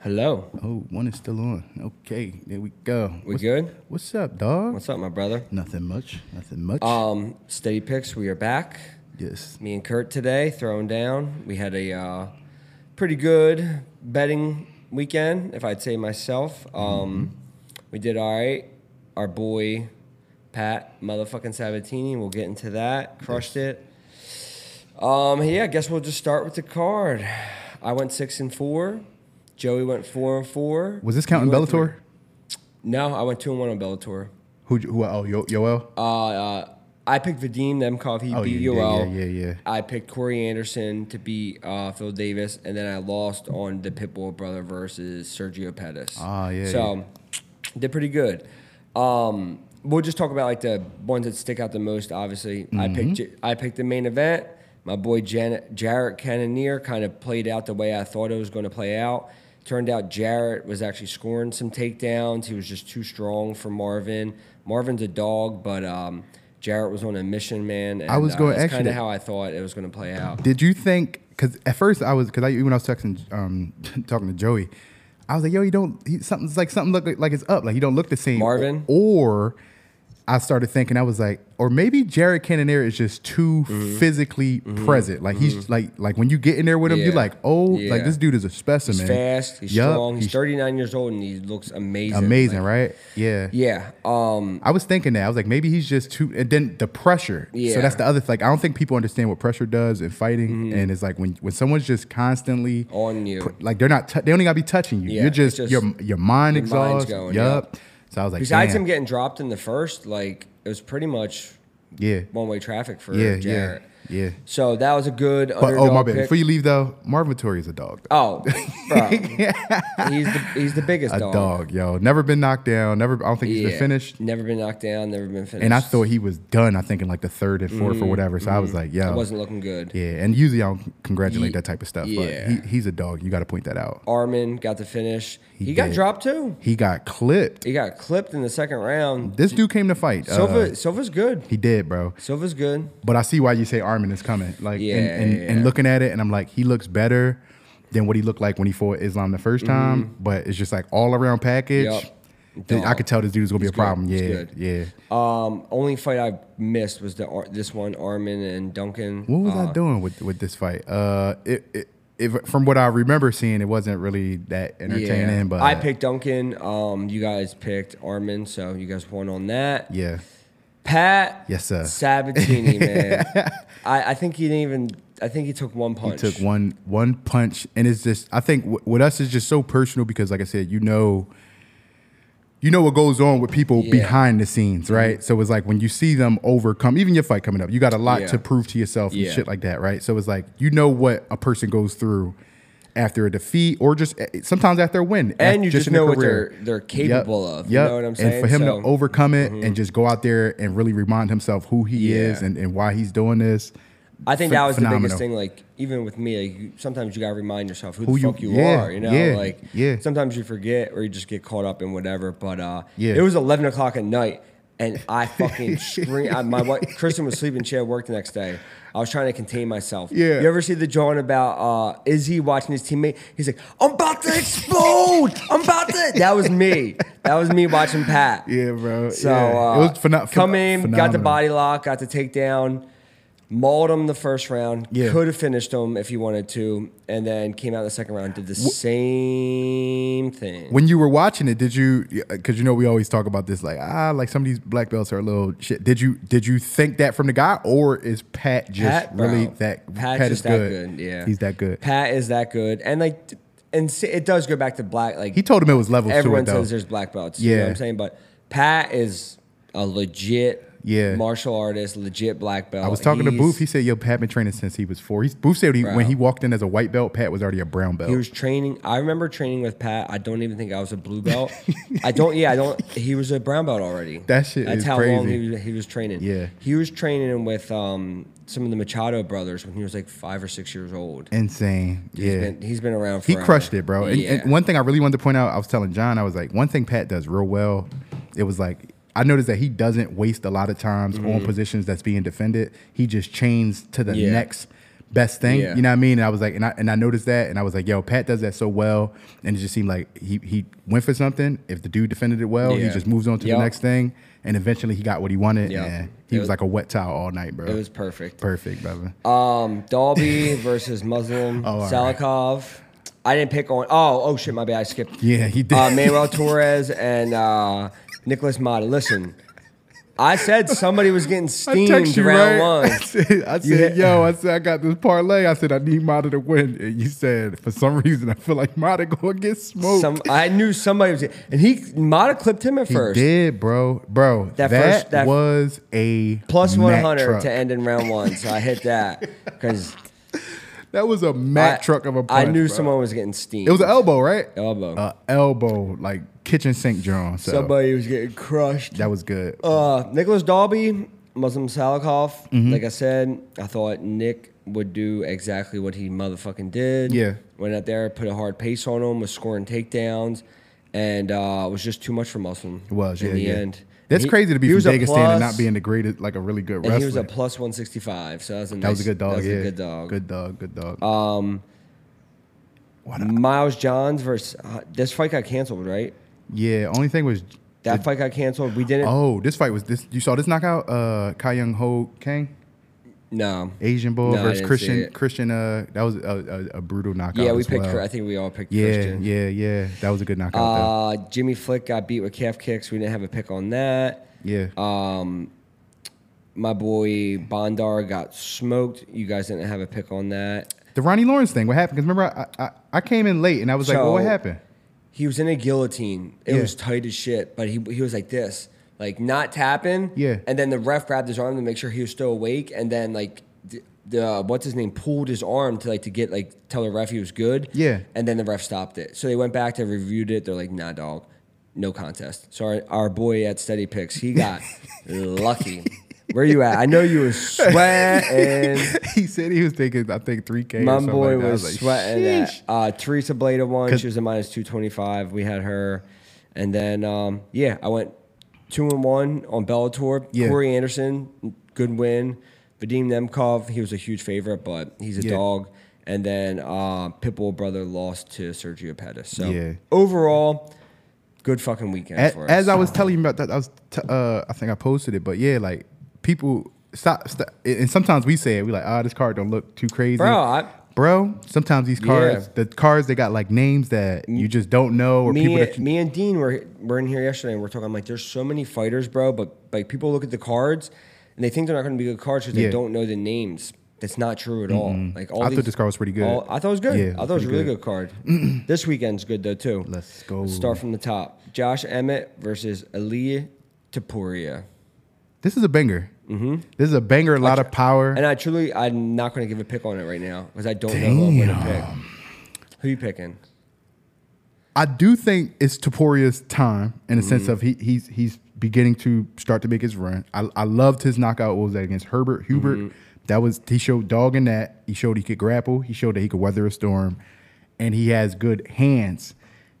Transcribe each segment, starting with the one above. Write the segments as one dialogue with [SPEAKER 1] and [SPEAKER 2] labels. [SPEAKER 1] Hello.
[SPEAKER 2] Oh, one is still on. Okay, there we go.
[SPEAKER 1] We
[SPEAKER 2] what's,
[SPEAKER 1] good?
[SPEAKER 2] What's up, dog?
[SPEAKER 1] What's up, my brother?
[SPEAKER 2] Nothing much. Nothing much.
[SPEAKER 1] Um, steady picks. We are back.
[SPEAKER 2] yes.
[SPEAKER 1] Me and Kurt today throwing down. We had a uh, pretty good betting weekend, if I'd say myself.
[SPEAKER 2] Mm-hmm.
[SPEAKER 1] Um, we did all right. Our boy Pat motherfucking Sabatini. We'll get into that. Crushed it. Um, yeah, I guess we'll just start with the card. I went six and four. Joey went four and four.
[SPEAKER 2] Was this counting
[SPEAKER 1] You went three-
[SPEAKER 2] Bellator?
[SPEAKER 1] No, I went two and one on Bellator.
[SPEAKER 2] Who? Who? Oh, Yo- Yoel.
[SPEAKER 1] Uh, uh, I picked Vadim Nemkov. He
[SPEAKER 2] Oh,
[SPEAKER 1] beat
[SPEAKER 2] you did,
[SPEAKER 1] Yoel.
[SPEAKER 2] yeah, yeah, yeah.
[SPEAKER 1] I picked Corey Anderson to beat uh, Phil Davis, and then I lost on the Pitbull brother versus Sergio Pettis.
[SPEAKER 2] Ah, yeah,
[SPEAKER 1] So did pretty good. Um, we'll just talk about like the ones that stick out the most. Obviously, I
[SPEAKER 2] Mm-hmm.
[SPEAKER 1] picked J- I picked the main event. My boy Jan- Jarrett Cannonier kind of played out the way I thought it was going to play out. Turned out Jarrett was actually scoring some takedowns. He was just too strong for Marvin. Marvin's a dog, but um, Jarrett was on a mission, man. And,
[SPEAKER 2] I was gonna ask
[SPEAKER 1] That's
[SPEAKER 2] you
[SPEAKER 1] kind of
[SPEAKER 2] that.
[SPEAKER 1] how I thought it was going to play out.
[SPEAKER 2] Did you think? Because at first I was, because I when I was texting, um, talking to Joey, I was like, "Yo, you don't. He, something's like something look like, like it's up. Like you don't look the same."
[SPEAKER 1] Marvin?
[SPEAKER 2] Or I started thinking, I was like, or maybe Jared Cannonier is just too
[SPEAKER 1] Mm-hmm.
[SPEAKER 2] physically present. Like he's like like when you get in there with him, you're
[SPEAKER 1] Yeah.
[SPEAKER 2] like, oh,
[SPEAKER 1] Yeah.
[SPEAKER 2] like this dude is a
[SPEAKER 1] He's
[SPEAKER 2] specimen.
[SPEAKER 1] fast. He's
[SPEAKER 2] Yup,
[SPEAKER 1] strong. He's 39 years old, and he looks amazing.
[SPEAKER 2] amazing,
[SPEAKER 1] Like,
[SPEAKER 2] right? Yeah.
[SPEAKER 1] Yeah. Um,
[SPEAKER 2] I was thinking that I was like maybe he's just too and then the pressure.
[SPEAKER 1] Yeah. Mm-hmm.
[SPEAKER 2] So that's the other thing. Like I don't think people understand what pressure does in fighting, and it's like when when someone's just constantly
[SPEAKER 1] on you.
[SPEAKER 2] pr- like they're not tou- they don't even gotta be touching you.
[SPEAKER 1] Yeah,
[SPEAKER 2] You're
[SPEAKER 1] it's
[SPEAKER 2] just,
[SPEAKER 1] just-
[SPEAKER 2] your your mind
[SPEAKER 1] your mind's
[SPEAKER 2] exhausted.
[SPEAKER 1] going,
[SPEAKER 2] yup. So I was like,
[SPEAKER 1] Besides
[SPEAKER 2] damn.
[SPEAKER 1] him getting dropped in the first, like it was pretty much
[SPEAKER 2] yeah,
[SPEAKER 1] one way traffic for
[SPEAKER 2] yeah, yeah,
[SPEAKER 1] Jarrett.
[SPEAKER 2] yeah.
[SPEAKER 1] So that was a good.
[SPEAKER 2] But oh my bad.
[SPEAKER 1] Pick.
[SPEAKER 2] Before you leave though, Marvin Vittori is a dog.
[SPEAKER 1] oh, bro, he's the he's the biggest
[SPEAKER 2] A
[SPEAKER 1] dog.
[SPEAKER 2] dog, yo. Never been knocked down. Never. I don't think he's
[SPEAKER 1] Yeah.
[SPEAKER 2] been finished.
[SPEAKER 1] Never been knocked down. Never been finished.
[SPEAKER 2] And I thought he was done. I think in like the third and fourth or whatever. So I was like,
[SPEAKER 1] Mm-hmm. it
[SPEAKER 2] yo,
[SPEAKER 1] wasn't looking good.
[SPEAKER 2] uh, Yeah, and usually I don't congratulate
[SPEAKER 1] Ye-
[SPEAKER 2] that type of stuff.
[SPEAKER 1] yeah.
[SPEAKER 2] But he, he's a dog. You got to point that out.
[SPEAKER 1] Armin got the finish. He, got
[SPEAKER 2] did.
[SPEAKER 1] dropped too.
[SPEAKER 2] He got clipped.
[SPEAKER 1] He got clipped in the second round.
[SPEAKER 2] This dude came to fight. Uh,
[SPEAKER 1] Silva Silva's good.
[SPEAKER 2] he did, bro.
[SPEAKER 1] Silva's good.
[SPEAKER 2] But I see why you say Armin is coming. Like,
[SPEAKER 1] Yeah,
[SPEAKER 2] and, and,
[SPEAKER 1] yeah.
[SPEAKER 2] and looking at it, and I'm like, he looks better than what he looked like when he fought Islam the 1st time. But it's just like all around package.
[SPEAKER 1] Mm-hmm. Yup.
[SPEAKER 2] Th- I
[SPEAKER 1] Dog.
[SPEAKER 2] could tell this dude's gonna be a
[SPEAKER 1] good.
[SPEAKER 2] problem.
[SPEAKER 1] He's
[SPEAKER 2] Yeah,
[SPEAKER 1] good.
[SPEAKER 2] yeah.
[SPEAKER 1] Um, only fight I missed was the Ar- this one Armin and Duncan.
[SPEAKER 2] What was
[SPEAKER 1] Uh,
[SPEAKER 2] I doing with with this fight? Uh, it, it, if, from what I remember seeing, it wasn't really that entertaining.
[SPEAKER 1] Yeah.
[SPEAKER 2] But
[SPEAKER 1] I picked Duncan. Um, you guys picked Armin, so you guys won on that.
[SPEAKER 2] Yeah,
[SPEAKER 1] Pat.
[SPEAKER 2] Yes, sir.
[SPEAKER 1] Sabatini, man. I, I think he didn't even. I think he took one punch.
[SPEAKER 2] took one one punch and it's just i think w- with us it's just so personal because like i said you know you know what goes on with people
[SPEAKER 1] Yeah. Mm-hmm.
[SPEAKER 2] behind the scenes right so it's like when you see them overcome even your fight coming up you got a lot
[SPEAKER 1] Yeah.
[SPEAKER 2] to prove to yourself
[SPEAKER 1] Yeah.
[SPEAKER 2] and shit like that right so it's like you know what a person goes through after a defeat or just eh, sometimes after a win
[SPEAKER 1] And
[SPEAKER 2] af-
[SPEAKER 1] you just
[SPEAKER 2] in their
[SPEAKER 1] know what
[SPEAKER 2] career.
[SPEAKER 1] they're- they're
[SPEAKER 2] Yep,
[SPEAKER 1] capable of, you
[SPEAKER 2] yep.
[SPEAKER 1] know what I'm
[SPEAKER 2] and
[SPEAKER 1] saying?
[SPEAKER 2] for him
[SPEAKER 1] So- mm-hmm.
[SPEAKER 2] to overcome it and just go out there and really remind himself who he
[SPEAKER 1] Yeah.
[SPEAKER 2] is and, and why he's doing this
[SPEAKER 1] I think
[SPEAKER 2] ph-
[SPEAKER 1] that was the biggest
[SPEAKER 2] phenomenal.
[SPEAKER 1] thing. Like even with me, like, you, sometimes you gotta remind yourself who,
[SPEAKER 2] Who
[SPEAKER 1] the
[SPEAKER 2] you-
[SPEAKER 1] fuck you
[SPEAKER 2] yeah,
[SPEAKER 1] are. You know,
[SPEAKER 2] yeah,
[SPEAKER 1] like
[SPEAKER 2] yeah.
[SPEAKER 1] sometimes you forget or you just get caught up in whatever. But uh,
[SPEAKER 2] Yeah.
[SPEAKER 1] it was eleven o'clock at night, and I fucking scream. I, my wife, Kristen was sleeping. She had work the next day. I was trying to contain myself.
[SPEAKER 2] Yeah.
[SPEAKER 1] You ever see the drawing about uh, Izzy watching his teammate? He's like, "I'm about to explode. I'm about to." That was me. That was me watching Pat.
[SPEAKER 2] Yeah, bro.
[SPEAKER 1] So
[SPEAKER 2] Yeah.
[SPEAKER 1] uh,
[SPEAKER 2] it was pheno- phen-
[SPEAKER 1] come in, got the
[SPEAKER 2] phenomenal.
[SPEAKER 1] body lock, got the takedown, mauled him the first round.
[SPEAKER 2] Yeah.
[SPEAKER 1] Could have finished him if he wanted to, and then came out the second round, did the same thing.
[SPEAKER 2] When you were watching it, did you? Because you know we always talk about this, like ah, like some of these black belts are a little shit. Did you did you think that from the guy, or is Pat just
[SPEAKER 1] Pat, bro.
[SPEAKER 2] really that?
[SPEAKER 1] Pat's
[SPEAKER 2] Pat
[SPEAKER 1] just
[SPEAKER 2] is
[SPEAKER 1] that
[SPEAKER 2] good.
[SPEAKER 1] good, yeah.
[SPEAKER 2] he's that good.
[SPEAKER 1] Pat is that good, and like, t- and s- it does go back to black. Like
[SPEAKER 2] He told him it was levels to
[SPEAKER 1] everyone
[SPEAKER 2] it though.
[SPEAKER 1] says, there's black belts. you know what
[SPEAKER 2] Yeah.
[SPEAKER 1] I'm saying, but Pat is a legit.
[SPEAKER 2] Yeah.
[SPEAKER 1] martial artist, legit black belt.
[SPEAKER 2] I was talking to Booth. He said, "Yo, Pat been training since he was four. He's Booth said he,
[SPEAKER 1] Bro.
[SPEAKER 2] when he walked in as a white belt, Pat was already a brown belt.
[SPEAKER 1] He was training. I remember training with Pat. I don't even think I was a blue belt. I don't. Yeah, I don't. He was a brown belt already.
[SPEAKER 2] That shit
[SPEAKER 1] That's
[SPEAKER 2] is
[SPEAKER 1] how long
[SPEAKER 2] crazy.
[SPEAKER 1] he was, he was training.
[SPEAKER 2] Yeah.
[SPEAKER 1] he was training with um, some of the Machado brothers when he was like five or six years old.
[SPEAKER 2] Insane.
[SPEAKER 1] He's
[SPEAKER 2] yeah,
[SPEAKER 1] been, he's been around.
[SPEAKER 2] He
[SPEAKER 1] Forever.
[SPEAKER 2] crushed it, bro. And,
[SPEAKER 1] Yeah.
[SPEAKER 2] and one thing I really wanted to point out, I was telling John, I was like, one thing Pat does real well, it was like, I noticed that he doesn't waste a lot of times on positions that's being defended. He just chains to the
[SPEAKER 1] Mm-hmm. Yeah.
[SPEAKER 2] next best thing.
[SPEAKER 1] Yeah.
[SPEAKER 2] You know what I mean? And I was like, and I and I noticed that, and I was like, yo, Pat does that so well, and it just seemed like he he went for something. If the dude defended it well, he
[SPEAKER 1] Yeah.
[SPEAKER 2] just moves on to
[SPEAKER 1] Yup.
[SPEAKER 2] the next thing, and eventually he got what he wanted.
[SPEAKER 1] Yup.
[SPEAKER 2] And he
[SPEAKER 1] It
[SPEAKER 2] was,
[SPEAKER 1] was-
[SPEAKER 2] like a wet towel all night, bro.
[SPEAKER 1] It was perfect.
[SPEAKER 2] perfect, brother.
[SPEAKER 1] Um, Dalby versus Muslim
[SPEAKER 2] Oh, all right.
[SPEAKER 1] Salikov. I didn't pick on. Oh, oh shit, my bad. I skipped.
[SPEAKER 2] yeah, he did.
[SPEAKER 1] Uh, Manuel Torres and uh, Nicholas Mata. Listen, I said somebody was getting
[SPEAKER 2] I
[SPEAKER 1] steamed
[SPEAKER 2] text you
[SPEAKER 1] round
[SPEAKER 2] right. I
[SPEAKER 1] one.
[SPEAKER 2] said, I
[SPEAKER 1] You
[SPEAKER 2] said
[SPEAKER 1] hit-
[SPEAKER 2] yo, I said I got this parlay. I said I need Mata to win, and you said for some reason I feel like Mata gonna get smoked.
[SPEAKER 1] Some, I knew somebody was, and he Mata clipped him at
[SPEAKER 2] he
[SPEAKER 1] first.
[SPEAKER 2] did, bro, bro. That,
[SPEAKER 1] That first- that-
[SPEAKER 2] was a
[SPEAKER 1] Plus
[SPEAKER 2] Mack
[SPEAKER 1] 100
[SPEAKER 2] truck.
[SPEAKER 1] to end in round one, so I hit that because
[SPEAKER 2] That was a Mack truck of a
[SPEAKER 1] I
[SPEAKER 2] punch,
[SPEAKER 1] knew
[SPEAKER 2] bro.
[SPEAKER 1] someone was getting steamed.
[SPEAKER 2] It was an elbow, right?
[SPEAKER 1] Elbow.
[SPEAKER 2] A elbow, like kitchen sink drawn. So
[SPEAKER 1] somebody was getting crushed.
[SPEAKER 2] that was good.
[SPEAKER 1] Uh, Nicholas Dalby, Muslim Salikov.
[SPEAKER 2] Mm-hmm.
[SPEAKER 1] Like I said, I thought Nick would do exactly what he motherfucking did.
[SPEAKER 2] Yeah.
[SPEAKER 1] Went out there, put a hard pace on him, was scoring takedowns, and uh, was just too much for Muslim.
[SPEAKER 2] it was, yeah,
[SPEAKER 1] in the
[SPEAKER 2] yeah.
[SPEAKER 1] end.
[SPEAKER 2] That's
[SPEAKER 1] He-
[SPEAKER 2] crazy to be
[SPEAKER 1] he
[SPEAKER 2] from
[SPEAKER 1] was a
[SPEAKER 2] Dagestan and not
[SPEAKER 1] plus-
[SPEAKER 2] being the greatest, like a really good
[SPEAKER 1] And
[SPEAKER 2] wrestler.
[SPEAKER 1] he was a plus 165, so that was a,
[SPEAKER 2] that was a
[SPEAKER 1] nice-
[SPEAKER 2] good dog.
[SPEAKER 1] That was
[SPEAKER 2] yeah,
[SPEAKER 1] a good dog. Uh,
[SPEAKER 2] Good dog. Good dog.
[SPEAKER 1] Miles Johns versus uh, this fight got canceled, right?
[SPEAKER 2] yeah. Only thing was,
[SPEAKER 1] That fight got canceled. We didn't.
[SPEAKER 2] oh, this fight was this. You saw this knockout? Uh, Kai Young Ho Kang,
[SPEAKER 1] no.
[SPEAKER 2] Asian boy
[SPEAKER 1] No, I didn't
[SPEAKER 2] versus
[SPEAKER 1] see
[SPEAKER 2] Christian.
[SPEAKER 1] it.
[SPEAKER 2] Christian. Uh, that was a, a, a brutal knockout.
[SPEAKER 1] Yeah, we
[SPEAKER 2] as
[SPEAKER 1] picked.
[SPEAKER 2] well.
[SPEAKER 1] Chr- I think we all picked.
[SPEAKER 2] Yeah,
[SPEAKER 1] Christian.
[SPEAKER 2] yeah, yeah. That was a good knockout. though.
[SPEAKER 1] Uh, Jimmy Flick got beat with calf kicks. We didn't have a pick on that.
[SPEAKER 2] Yeah.
[SPEAKER 1] Um, my boy Bondar got smoked. You guys didn't have a pick on that.
[SPEAKER 2] the Ronnie Lawrence thing. What happened? Because remember, I, I I came in late and I was like, well, what
[SPEAKER 1] So-
[SPEAKER 2] happened?
[SPEAKER 1] He was in a guillotine. It
[SPEAKER 2] Yeah.
[SPEAKER 1] was tight as shit, but he he was like this, like not tapping.
[SPEAKER 2] Yeah.
[SPEAKER 1] And then the ref grabbed his arm to make sure he was still awake, and then like. The, the what's his name pulled his arm to like to get like tell the ref he was good.
[SPEAKER 2] Yeah.
[SPEAKER 1] And then the ref stopped it. So they went back to reviewed it. They're like, nah, dog, no contest. So our, our boy at Steady Picks, he got lucky. Where you at? I know you were sweating.
[SPEAKER 2] he said he was taking, I think, three K.
[SPEAKER 1] My boy was, sweating.
[SPEAKER 2] Sheesh.
[SPEAKER 1] At, uh, Teresa Blada won.
[SPEAKER 2] 'Cause-
[SPEAKER 1] She was a minus two twenty five. We had her, and then um, yeah, I went two and one on Bellator.
[SPEAKER 2] Yeah.
[SPEAKER 1] Corey Anderson, good win. Vadim Nemkov, he was a huge favorite, but he's a
[SPEAKER 2] Yeah.
[SPEAKER 1] dog. And then uh, Pitbull brother lost to Sergio Pettis. So
[SPEAKER 2] Yeah.
[SPEAKER 1] overall, good fucking weekend
[SPEAKER 2] As,
[SPEAKER 1] for us.
[SPEAKER 2] as I was telling you about that, I was, t- uh, I think I posted it, but yeah, like people stop, stop and sometimes we say it. We like, ah, this card don't look too crazy,
[SPEAKER 1] Bro, I-
[SPEAKER 2] Bro, sometimes these cards, the cards, they got like names that you just don't know, or people
[SPEAKER 1] me,
[SPEAKER 2] that
[SPEAKER 1] and,
[SPEAKER 2] you,
[SPEAKER 1] me and Dean were were in here yesterday and we're talking. I'm like, there's so many fighters, bro. But like, people look at the cards and they think they're not going to be good cards because
[SPEAKER 2] Yeah. Mm-hmm.
[SPEAKER 1] they don't know the names. That's not true at all. Like, all
[SPEAKER 2] I thought
[SPEAKER 1] these-
[SPEAKER 2] this card was pretty good.
[SPEAKER 1] all- I thought it was good.
[SPEAKER 2] Yeah, it
[SPEAKER 1] I thought
[SPEAKER 2] was
[SPEAKER 1] it was a
[SPEAKER 2] pretty
[SPEAKER 1] really good, card. this weekend's good though too.
[SPEAKER 2] Let's go.
[SPEAKER 1] start from the top. Josh Emmett versus Ali Tapuria.
[SPEAKER 2] this is a banger.
[SPEAKER 1] Mm-hmm.
[SPEAKER 2] This is a banger, a lot of power.
[SPEAKER 1] And I truly, I'm not going to give a pick on it right now because I don't know who I'm going to pick. Who you picking?
[SPEAKER 2] I do think it's Taporia's time in the
[SPEAKER 1] Mm-hmm.
[SPEAKER 2] sense of he he's he's beginning to start to make his run. I, I loved his knockout. What was that against Herbert Hubert?
[SPEAKER 1] Mm-hmm.
[SPEAKER 2] That was he showed dog in that. He showed he could grapple. He showed that he could weather a storm, and he has good hands.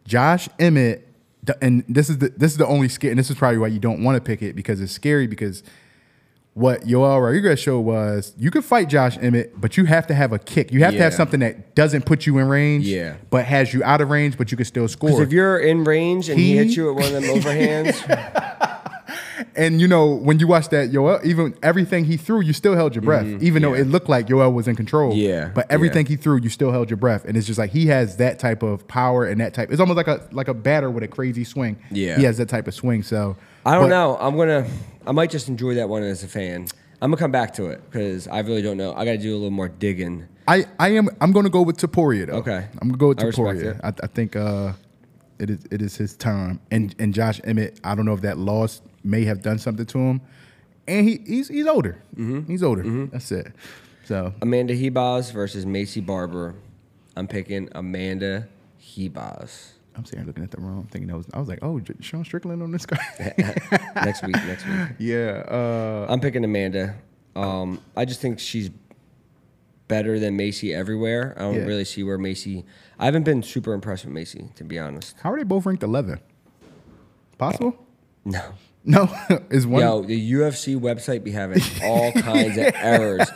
[SPEAKER 2] Josh Emmett, th- and this is the this is the only scare, and this is probably why you don't want to pick it because it's scary because what Yoel Rodriguez showed was you could fight Josh Emmett, but you have to have a kick. You have to have
[SPEAKER 1] Yeah.
[SPEAKER 2] something that doesn't put you in range,
[SPEAKER 1] Yeah.
[SPEAKER 2] but has you out of range, but you can still score.
[SPEAKER 1] Because if you're in range and he,
[SPEAKER 2] He-
[SPEAKER 1] hits you at one of them overhands,
[SPEAKER 2] And you know, when you watch that, Yoel, even everything he threw, you still held your breath, even though it looked like Yoel was in control.
[SPEAKER 1] Mm-hmm. Yeah,
[SPEAKER 2] But everything he threw, you still held your breath. And it's just like he has that type of power and that type. It's almost like a like a batter with a crazy swing.
[SPEAKER 1] Yeah.
[SPEAKER 2] He has that type of swing. So
[SPEAKER 1] I don't
[SPEAKER 2] but
[SPEAKER 1] know. I'm gonna. I might just enjoy that one as a fan. I'm gonna come back to it because I really don't know. I gotta do a little more digging.
[SPEAKER 2] I, I am I'm gonna go with Taporia though.
[SPEAKER 1] Okay.
[SPEAKER 2] I'm gonna go with
[SPEAKER 1] I respect
[SPEAKER 2] Taporia.
[SPEAKER 1] it.
[SPEAKER 2] I, I think uh it is it is his time. And and Josh Emmett, I don't know if that loss may have done something to him. And he he's he's older.
[SPEAKER 1] Mm-hmm.
[SPEAKER 2] He's older. That's it. So
[SPEAKER 1] Amanda Hebaz versus Macy Barber. I'm picking Amanda Hebaz.
[SPEAKER 2] I'm sitting here looking at the room, thinking that was. I was like, oh, J- Sean Strickland on this guy.
[SPEAKER 1] next week. Next week.
[SPEAKER 2] yeah, uh,
[SPEAKER 1] I'm picking Amanda. Um, I just think she's better than Macy everywhere. I don't
[SPEAKER 2] Yeah.
[SPEAKER 1] really see where Macy. I haven't been super impressed with Macy, to be honest.
[SPEAKER 2] how are they both ranked 11? Possible?
[SPEAKER 1] No.
[SPEAKER 2] No, it's one.
[SPEAKER 1] Yo, the UFC website be having all kinds of errors.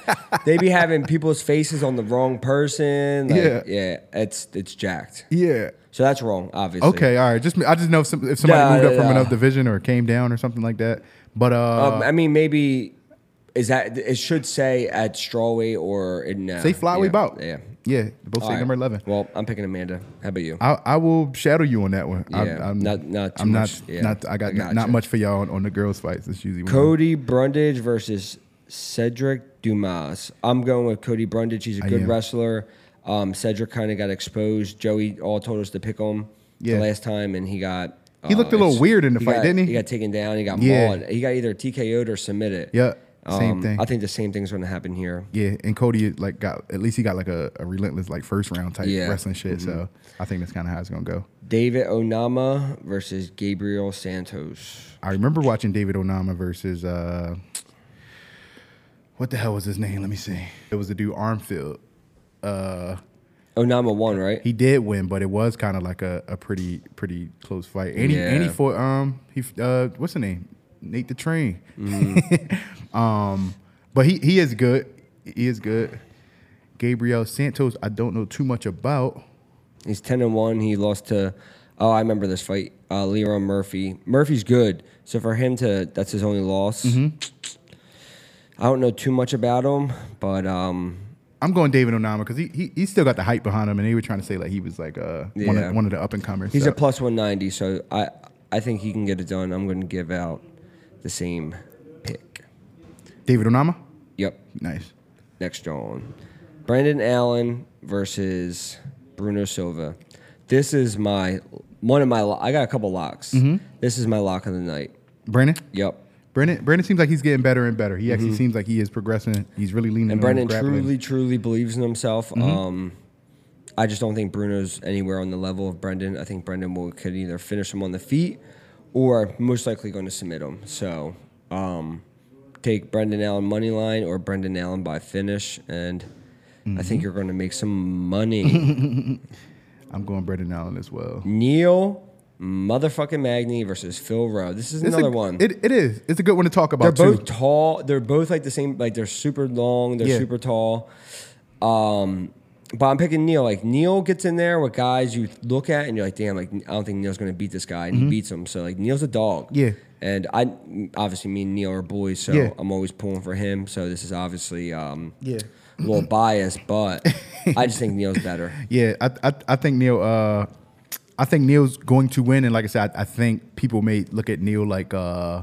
[SPEAKER 1] They be having people's faces on the wrong person. Like,
[SPEAKER 2] Yeah.
[SPEAKER 1] yeah, it's it's jacked.
[SPEAKER 2] Yeah.
[SPEAKER 1] So that's wrong, obviously.
[SPEAKER 2] Okay. All right. Just I just know if, some, if somebody
[SPEAKER 1] Nah,
[SPEAKER 2] moved up
[SPEAKER 1] nah,
[SPEAKER 2] from
[SPEAKER 1] nah.
[SPEAKER 2] another division or came down or something like that. But uh,
[SPEAKER 1] Um, I mean, maybe is that it should say at strawweight or in uh,
[SPEAKER 2] say flyweight
[SPEAKER 1] yeah,
[SPEAKER 2] bout.
[SPEAKER 1] Yeah.
[SPEAKER 2] Yeah. they Both say
[SPEAKER 1] All right.
[SPEAKER 2] number eleven.
[SPEAKER 1] Well, I'm picking Amanda. How about you?
[SPEAKER 2] I, I will shadow you on that one.
[SPEAKER 1] Yeah,
[SPEAKER 2] I, I'm
[SPEAKER 1] not- not too
[SPEAKER 2] I'm
[SPEAKER 1] much.
[SPEAKER 2] not
[SPEAKER 1] Yeah,
[SPEAKER 2] not. I got
[SPEAKER 1] I
[SPEAKER 2] not,
[SPEAKER 1] gotcha.
[SPEAKER 2] much for y'all on, on the girls' fights. It's usually when-
[SPEAKER 1] Cody Brundage versus Cedric Dumas. I'm going with Cody Brundage. He's a
[SPEAKER 2] I
[SPEAKER 1] good
[SPEAKER 2] am.
[SPEAKER 1] wrestler. Um, Cedric kind of got exposed. Joey all told us to pick him
[SPEAKER 2] Yeah.
[SPEAKER 1] the last time, and he got. uh,
[SPEAKER 2] He looked a little
[SPEAKER 1] ex-
[SPEAKER 2] weird in the fight,
[SPEAKER 1] got-
[SPEAKER 2] didn't he?
[SPEAKER 1] He got taken down. He got
[SPEAKER 2] Yeah.
[SPEAKER 1] mauled. He got either TKO'd or submitted.
[SPEAKER 2] Yeah, same
[SPEAKER 1] Um,
[SPEAKER 2] thing.
[SPEAKER 1] I think the same thing's going to happen here.
[SPEAKER 2] Yeah, and Cody like got at least he got like a, a relentless like first round type
[SPEAKER 1] Yeah. mm-hmm.
[SPEAKER 2] wrestling shit. So I think that's kind of how it's gonna go.
[SPEAKER 1] David Onama versus Gabriel Santos.
[SPEAKER 2] I remember watching David Onama versus uh, what the hell was his name? Let me see. It was the dude Armfield. Uh,
[SPEAKER 1] Onama won, right?
[SPEAKER 2] he did win, but it was kind of like a, a pretty pretty close fight. And he, and he
[SPEAKER 1] Yeah.
[SPEAKER 2] fought um he uh what's the name Nate the Train.
[SPEAKER 1] Mm-hmm.
[SPEAKER 2] um, but he he is good. He is good. Gabriel Santos, I don't know too much about.
[SPEAKER 1] He's ten and one. He lost to oh, I remember this fight. Uh, Leron Murphy. Murphy's good. So for him to that's his only loss. I don't know too much about him, but um,
[SPEAKER 2] I'm going David Onama because he, he he still got the hype behind him, and they were trying to say like he was like uh one,
[SPEAKER 1] Yeah.
[SPEAKER 2] of, one of the up and comers.
[SPEAKER 1] he's
[SPEAKER 2] so.
[SPEAKER 1] a plus one ninety. So I I think he can get it done. I'm going to give out the same pick.
[SPEAKER 2] David Onama,
[SPEAKER 1] Yep.
[SPEAKER 2] nice.
[SPEAKER 1] Next on Brandon Allen versus Bruno Silva. This is my one of my lo- I got a couple locks. This is my lock of the night.
[SPEAKER 2] Brandon,
[SPEAKER 1] Yep.
[SPEAKER 2] Brandon, Brandon seems like he's getting better and better. He actually seems like he is progressing. He's really leaning.
[SPEAKER 1] Mm-hmm. And
[SPEAKER 2] on his
[SPEAKER 1] Brendan
[SPEAKER 2] grappling.
[SPEAKER 1] truly, truly believes in himself. Um, I just don't think Bruno's anywhere on the level of Brendan. I think Brendan will could either finish him on the feet or most likely going to submit him. So um, take Brendan Allen money line or Brendan Allen by finish, and I think you're going to make some money.
[SPEAKER 2] I'm going Brendan Allen as well.
[SPEAKER 1] Neil motherfucking Magny versus Phil Rowe. This is
[SPEAKER 2] It's
[SPEAKER 1] another
[SPEAKER 2] a,
[SPEAKER 1] one.
[SPEAKER 2] It, it is. It's a good one to talk
[SPEAKER 1] They're
[SPEAKER 2] about too.
[SPEAKER 1] both tall. They're both like the same. Like they're super long. They're
[SPEAKER 2] Yeah.
[SPEAKER 1] super tall. Um, but I'm picking Neil. Like Neil gets in there with guys you look at and you're like, damn. Like I don't think Neil's gonna beat this guy, and he beats him. So like Neil's a dog.
[SPEAKER 2] Mm-hmm. Yeah.
[SPEAKER 1] And I obviously me and Neil are boys, so
[SPEAKER 2] Yeah.
[SPEAKER 1] I'm always pulling for him. So this is obviously um,
[SPEAKER 2] Yeah.
[SPEAKER 1] a little biased, but I just think Neil's better.
[SPEAKER 2] Yeah, I, I I think Neil. Uh, I think Neil's going to win, and like I said, I, I think people may look at Neil like. Uh,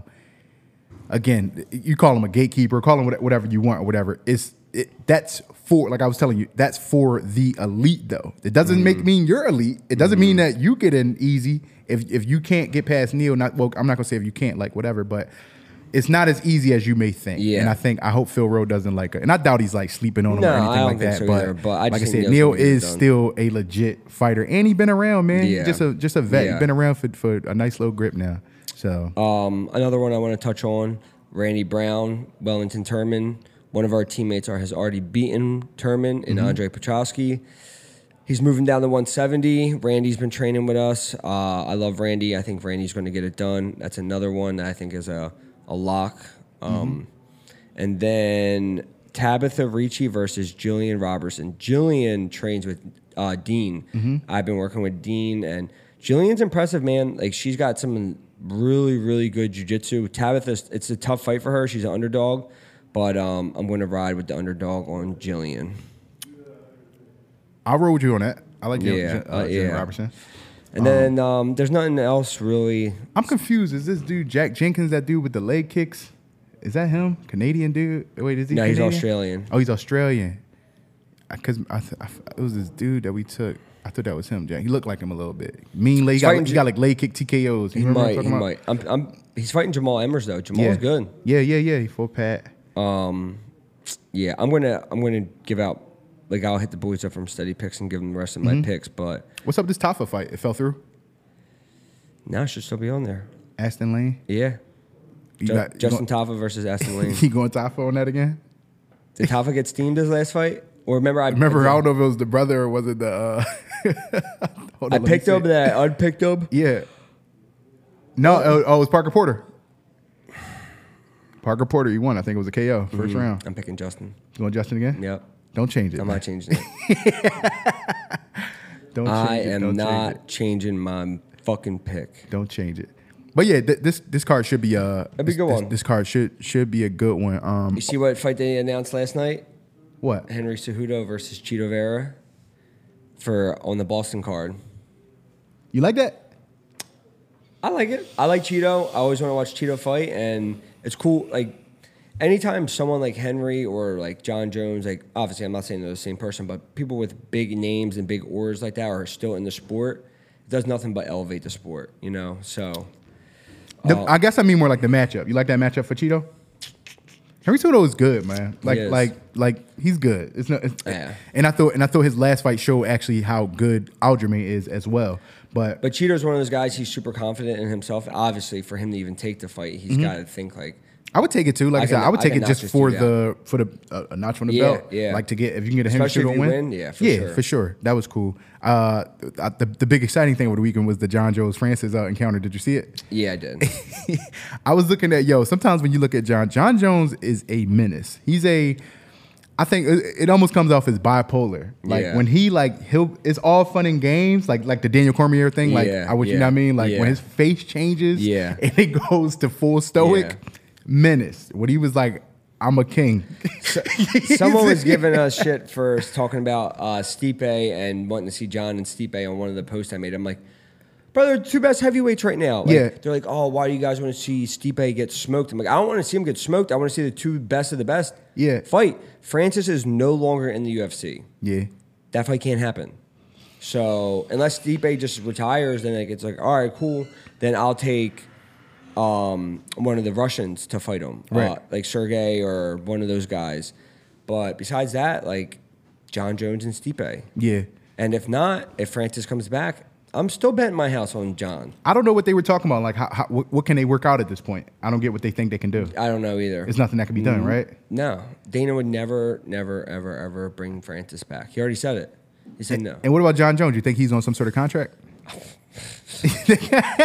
[SPEAKER 2] again, you call him a gatekeeper, call him what- whatever you want or whatever. It's it, that's for like I was telling you, that's for the elite though. It doesn't make
[SPEAKER 1] Mm.
[SPEAKER 2] mean you're elite. It doesn't mean that you get in easy if if you can't get past Neil. Not well, I'm not gonna say if you can't like whatever, but. It's not as easy as you may think,
[SPEAKER 1] Yeah.
[SPEAKER 2] and I think I hope Phil Rowe doesn't like her, and I doubt he's like sleeping on him
[SPEAKER 1] No,
[SPEAKER 2] or
[SPEAKER 1] I
[SPEAKER 2] anything
[SPEAKER 1] don't
[SPEAKER 2] like
[SPEAKER 1] think
[SPEAKER 2] that.
[SPEAKER 1] so
[SPEAKER 2] but,
[SPEAKER 1] either, but I
[SPEAKER 2] like I
[SPEAKER 1] just think Neil's
[SPEAKER 2] said, Neil
[SPEAKER 1] gonna get it
[SPEAKER 2] is
[SPEAKER 1] done.
[SPEAKER 2] still a legit fighter, and he been around, man. He
[SPEAKER 1] Yeah.
[SPEAKER 2] Just a just a vet.
[SPEAKER 1] Yeah.
[SPEAKER 2] He's been around for, for a nice little grip now. So
[SPEAKER 1] Um, another one I want to touch on: Randy Brown, Wellington Turman. One of our teammates are, has already beaten Turman and Andre Petrowski. He's moving down to 170. Randy's been training with us. Uh, I love Randy. I think Randy's going to get it done. That's another one that I think is a, a lock. Um, And then Tabitha Ricci versus Jillian Robertson. Jillian trains with uh, Dean.
[SPEAKER 2] Mm-hmm.
[SPEAKER 1] I've been working with Dean, and Jillian's impressive, man. Like she's got some really, really good jujitsu. Tabitha, it's a tough fight for her. She's an underdog, but um, I'm going to ride with the underdog on Jillian.
[SPEAKER 2] I'll roll with you on that. I like Jim,
[SPEAKER 1] Yeah,
[SPEAKER 2] Jim- uh,
[SPEAKER 1] uh,
[SPEAKER 2] Jim
[SPEAKER 1] yeah.
[SPEAKER 2] Robertson.
[SPEAKER 1] And then um, there's nothing else really.
[SPEAKER 2] I'm confused. Is this dude Jack Jenkins that dude with the leg kicks? Is that him? Canadian dude? Wait, is he?
[SPEAKER 1] No, he's
[SPEAKER 2] Canadian?
[SPEAKER 1] Australian.
[SPEAKER 2] Oh, he's Australian. Because I, th- I f- it was this dude that we took. I thought that was him, Jack. He looked like him a little bit. Mean leg. He got,
[SPEAKER 1] Fighting
[SPEAKER 2] he got like leg kick TKOs. You
[SPEAKER 1] He
[SPEAKER 2] remember what I'm
[SPEAKER 1] might, he
[SPEAKER 2] talking about?
[SPEAKER 1] might. I'm, I'm, he's fighting Jamal Emmers though. Jamal's
[SPEAKER 2] Yeah.
[SPEAKER 1] good.
[SPEAKER 2] Yeah, yeah, yeah. He full pat.
[SPEAKER 1] Um, yeah, I'm gonna I'm gonna give out like I'll hit the boys up from steady picks and give them the rest of my
[SPEAKER 2] Mm-hmm.
[SPEAKER 1] picks, but
[SPEAKER 2] What's up with this Tafa fight? It fell through.
[SPEAKER 1] now it should still be on there.
[SPEAKER 2] Aston Lane.
[SPEAKER 1] Yeah,
[SPEAKER 2] You
[SPEAKER 1] Ju-
[SPEAKER 2] got you
[SPEAKER 1] Justin Tafa versus Aston
[SPEAKER 2] Going,
[SPEAKER 1] Lane.
[SPEAKER 2] he going Tafa on that again?
[SPEAKER 1] Did Tafa get steamed his last fight? Or remember I
[SPEAKER 2] Remember, I don't know if it was the brother or was it the. Uh, Hold on,
[SPEAKER 1] I
[SPEAKER 2] let me
[SPEAKER 1] picked
[SPEAKER 2] see.
[SPEAKER 1] up that unpicked up.
[SPEAKER 2] Yeah. No, oh, oh, it was Parker Porter. Parker Porter, you won. I think it was a KO 1st round.
[SPEAKER 1] I'm picking Justin.
[SPEAKER 2] You want Justin again?
[SPEAKER 1] Yep.
[SPEAKER 2] Don't change it.
[SPEAKER 1] Mm-hmm. I'm not changing it.
[SPEAKER 2] Don't change
[SPEAKER 1] I
[SPEAKER 2] it.
[SPEAKER 1] am
[SPEAKER 2] Don't
[SPEAKER 1] not
[SPEAKER 2] Change
[SPEAKER 1] changing my fucking pick.
[SPEAKER 2] it. Don't change it. But yeah, th- this this card should be uh
[SPEAKER 1] a
[SPEAKER 2] this,
[SPEAKER 1] good
[SPEAKER 2] this-
[SPEAKER 1] one.
[SPEAKER 2] This card should should be a good one. Um,
[SPEAKER 1] You see what fight they announced last night?
[SPEAKER 2] what?
[SPEAKER 1] Henry Cejudo versus Cheeto Vera for on the Boston card.
[SPEAKER 2] You like that?
[SPEAKER 1] I like it. I like Cheeto. I always want to watch Cheeto fight, and it's cool. Like anytime someone like Henry or like John Jones, like obviously I'm not saying they're the same person, but people with big names and big orders like that are still in the sport. It does nothing but elevate the sport, you know. So
[SPEAKER 2] The-
[SPEAKER 1] Oh.
[SPEAKER 2] I guess I mean more like the matchup. You like that matchup for Cheeto? Henry Cejudo is good, man. Like
[SPEAKER 1] is.
[SPEAKER 2] like like he's good. It's not. It's,
[SPEAKER 1] Yeah.
[SPEAKER 2] And I thought and I thought his last fight showed actually how good Alderman is as well. But,
[SPEAKER 1] But Cheeto's one of those guys. He's super confident in himself. Obviously, for him to even take the fight, he's got to think like,
[SPEAKER 2] I would take it too. Like I,
[SPEAKER 1] I
[SPEAKER 2] said,
[SPEAKER 1] can-
[SPEAKER 2] I would
[SPEAKER 1] I
[SPEAKER 2] take it
[SPEAKER 1] cannot
[SPEAKER 2] just,
[SPEAKER 1] just
[SPEAKER 2] for
[SPEAKER 1] do
[SPEAKER 2] the for the uh, a notch on the
[SPEAKER 1] Yeah,
[SPEAKER 2] belt.
[SPEAKER 1] yeah.
[SPEAKER 2] Like to get if you can get a Henry
[SPEAKER 1] Especially
[SPEAKER 2] Cejudo
[SPEAKER 1] if you
[SPEAKER 2] win.
[SPEAKER 1] win, yeah, for
[SPEAKER 2] yeah,
[SPEAKER 1] sure.
[SPEAKER 2] for sure. That was cool. Uh, I, the the big exciting thing over the weekend was the John Jones Francis uh, encounter. Did you see it?
[SPEAKER 1] yeah, I did.
[SPEAKER 2] I was looking at yo. Sometimes when you look at John, John Jones is a menace. He's a. I think it, it almost comes off as bipolar. Like
[SPEAKER 1] Yeah.
[SPEAKER 2] when he like he'll, it's all fun and games. Like like the Daniel Cormier thing. Like
[SPEAKER 1] Yeah,
[SPEAKER 2] I wish you know
[SPEAKER 1] yeah,
[SPEAKER 2] what I mean. Like
[SPEAKER 1] yeah.
[SPEAKER 2] when his face changes.
[SPEAKER 1] Yeah.
[SPEAKER 2] and it goes to full stoic
[SPEAKER 1] Yeah.
[SPEAKER 2] menace. When he was like, "I'm a king."
[SPEAKER 1] Someone was giving us shit for talking about uh, Stipe and wanting to see John and Stipe on one of the posts I made. I'm like, brother, two best heavyweights right now. Like,
[SPEAKER 2] Yeah.
[SPEAKER 1] They're like, oh, why do you guys want to see Stipe get smoked? I'm like, I don't want to see him get smoked. I want to see the two best of the best
[SPEAKER 2] Yeah.
[SPEAKER 1] fight. Francis is no longer in the UFC.
[SPEAKER 2] yeah.
[SPEAKER 1] that fight can't happen. So unless Stipe just retires, then like it's like all right, cool. Then I'll take um, one of the Russians to fight him, uh,
[SPEAKER 2] Right.
[SPEAKER 1] like Sergey or one of those guys. But besides that, like John Jones and Stipe.
[SPEAKER 2] Yeah.
[SPEAKER 1] And if not, if Francis comes back, I'm still betting my house on John.
[SPEAKER 2] I don't know what they were talking about. Like, how, how, what, what can they work out at this point? I don't get what they think they can do.
[SPEAKER 1] I don't know either.
[SPEAKER 2] It's nothing that can be
[SPEAKER 1] Mm-hmm.
[SPEAKER 2] done, right?
[SPEAKER 1] no, Dana would never, never, ever, ever bring Francis back. He already said it. He said no.
[SPEAKER 2] And what about John Jones? You think he's on some sort of contract?
[SPEAKER 1] yeah.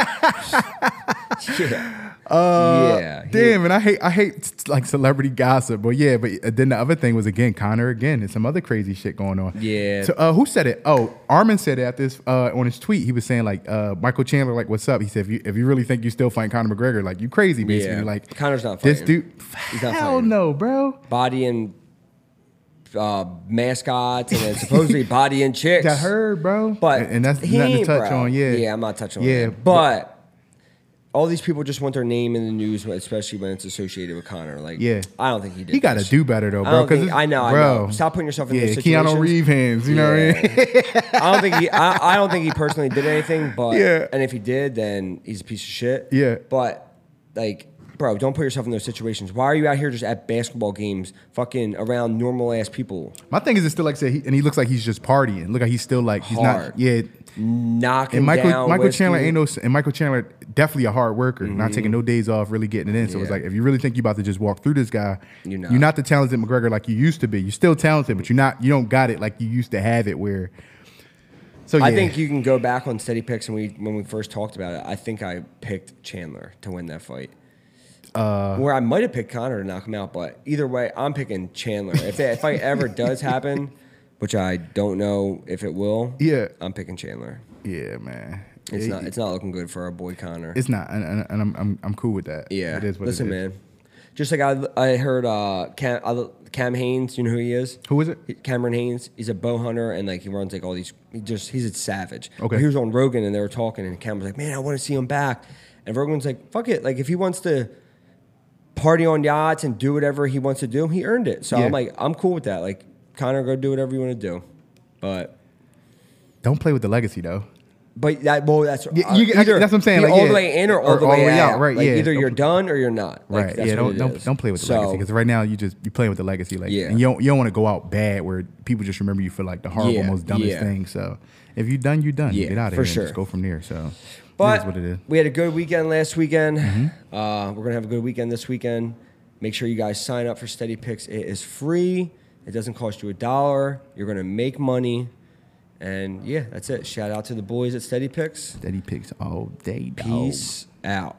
[SPEAKER 1] yeah. he-
[SPEAKER 2] Uh, Damn, and I hate I hate like celebrity gossip, but yeah, but uh, then the other thing was again Connor again and some other crazy shit going on.
[SPEAKER 1] Yeah.
[SPEAKER 2] So uh, who said it? Oh, Armin said it at this uh, on his tweet. He was saying like uh, Michael Chandler like what's up? He said if you if you really think you still fight Conor McGregor like you crazy basically
[SPEAKER 1] Yeah.
[SPEAKER 2] like
[SPEAKER 1] Conor's not
[SPEAKER 2] this
[SPEAKER 1] fighting.
[SPEAKER 2] dude.
[SPEAKER 1] He's not
[SPEAKER 2] Hell
[SPEAKER 1] fighting.
[SPEAKER 2] no, bro.
[SPEAKER 1] body and uh, mascots and then supposedly body and chicks.
[SPEAKER 2] Got heard, bro.
[SPEAKER 1] But
[SPEAKER 2] and, and that's
[SPEAKER 1] he
[SPEAKER 2] nothing to
[SPEAKER 1] ain't,
[SPEAKER 2] touch
[SPEAKER 1] bro.
[SPEAKER 2] on. Yeah.
[SPEAKER 1] Yeah, I'm not touching on
[SPEAKER 2] Yeah,
[SPEAKER 1] it. But all these people just want their name in the news, especially when it's associated with Connor. Like,
[SPEAKER 2] Yeah.
[SPEAKER 1] I don't think he did.
[SPEAKER 2] He got to
[SPEAKER 1] this.
[SPEAKER 2] do better though,
[SPEAKER 1] I
[SPEAKER 2] bro.
[SPEAKER 1] don't think-
[SPEAKER 2] it's-
[SPEAKER 1] I know, I
[SPEAKER 2] bro.
[SPEAKER 1] know. Stop putting yourself in
[SPEAKER 2] yeah,
[SPEAKER 1] those
[SPEAKER 2] Keanu
[SPEAKER 1] situations.
[SPEAKER 2] Reeves hands. You know what I mean?
[SPEAKER 1] I don't think he. I, I don't think he personally did anything. But
[SPEAKER 2] Yeah.
[SPEAKER 1] and if he did, then he's a piece of shit.
[SPEAKER 2] Yeah.
[SPEAKER 1] But like, bro, don't put yourself in those situations. Why are you out here just at basketball games, fucking around normal ass people,
[SPEAKER 2] My thing is, it's still like I said, he, and he looks like he's just partying. Look, like he's still like he's
[SPEAKER 1] Hard.
[SPEAKER 2] not. Yeah,
[SPEAKER 1] knocking
[SPEAKER 2] and Michael
[SPEAKER 1] down?
[SPEAKER 2] Michael
[SPEAKER 1] whiskey?
[SPEAKER 2] Chandler ain't no. And Michael Chandler definitely a hard worker, not taking no days off, really getting it in. So it's
[SPEAKER 1] Mm-hmm. Yeah.
[SPEAKER 2] like if you really think you're about to just walk through this guy,
[SPEAKER 1] You're not.
[SPEAKER 2] the talented McGregor like you used to be. You're still talented, but you're not. You don't got it like you used to have it. Where so yeah,
[SPEAKER 1] I think you can go back on steady picks, and we when we first talked about it, I think I picked Chandler to win that fight.
[SPEAKER 2] Uh,
[SPEAKER 1] Where I might have picked Connor to knock him out, but either way, I'm picking Chandler. If that if I ever does happen, which I don't know if it will,
[SPEAKER 2] Yeah.
[SPEAKER 1] I'm picking Chandler.
[SPEAKER 2] yeah, man,
[SPEAKER 1] It's
[SPEAKER 2] Yeah,
[SPEAKER 1] not it's not looking good for our boy Connor.
[SPEAKER 2] It's not, and, and, and I'm, I'm I'm cool with that.
[SPEAKER 1] yeah,
[SPEAKER 2] it is what
[SPEAKER 1] listen,
[SPEAKER 2] it is.
[SPEAKER 1] man. Just like I I heard uh, Cam I, Cam Haynes, you know who he is?
[SPEAKER 2] Who is it?
[SPEAKER 1] He- Cameron Haynes. He's a bow hunter and like he runs like all these. He just he's a savage.
[SPEAKER 2] Okay.
[SPEAKER 1] He was on Rogan and they were talking and Cam was like, "Man, I want to see him back." And Rogan's like, "Fuck it! Like if he wants to party on yachts and do whatever he wants to do, he earned it." So
[SPEAKER 2] Yeah.
[SPEAKER 1] I'm like, I'm cool with that. Like Connor, go do whatever you want to do, but.
[SPEAKER 2] Don't play with the legacy though.
[SPEAKER 1] But that well, that's
[SPEAKER 2] Yeah, you- I- that's what I'm saying,
[SPEAKER 1] you're
[SPEAKER 2] like,
[SPEAKER 1] all
[SPEAKER 2] yeah.
[SPEAKER 1] the way in or all
[SPEAKER 2] Or
[SPEAKER 1] the
[SPEAKER 2] all
[SPEAKER 1] way,
[SPEAKER 2] the way
[SPEAKER 1] out,
[SPEAKER 2] out, right,
[SPEAKER 1] Like,
[SPEAKER 2] yeah.
[SPEAKER 1] Either
[SPEAKER 2] Don't
[SPEAKER 1] you're
[SPEAKER 2] pl-
[SPEAKER 1] done or you're not. Like,
[SPEAKER 2] right.
[SPEAKER 1] That's
[SPEAKER 2] Yeah.
[SPEAKER 1] what
[SPEAKER 2] Don't
[SPEAKER 1] it
[SPEAKER 2] don't,
[SPEAKER 1] is.
[SPEAKER 2] don't play with the
[SPEAKER 1] So,
[SPEAKER 2] legacy because right now you just you play with the legacy. Like
[SPEAKER 1] Yeah.
[SPEAKER 2] and you don't you don't want to go out bad where people just remember you for like the horrible,
[SPEAKER 1] Yeah,
[SPEAKER 2] most dumbest
[SPEAKER 1] yeah.
[SPEAKER 2] thing. So if you done, you done.
[SPEAKER 1] Yeah,
[SPEAKER 2] you get out of
[SPEAKER 1] for
[SPEAKER 2] here. And
[SPEAKER 1] sure.
[SPEAKER 2] just go from there. So
[SPEAKER 1] But
[SPEAKER 2] that's what it is. Mm-hmm.
[SPEAKER 1] we had a good weekend last weekend. Uh, we're gonna have a good weekend this weekend. Make sure you guys sign up for Steady Picks. It is free. It doesn't cost you a dollar. You're gonna make money. And yeah, that's it. Shout out to the boys at Steady Picks.
[SPEAKER 2] Steady picks all day. dog.
[SPEAKER 1] Peace out.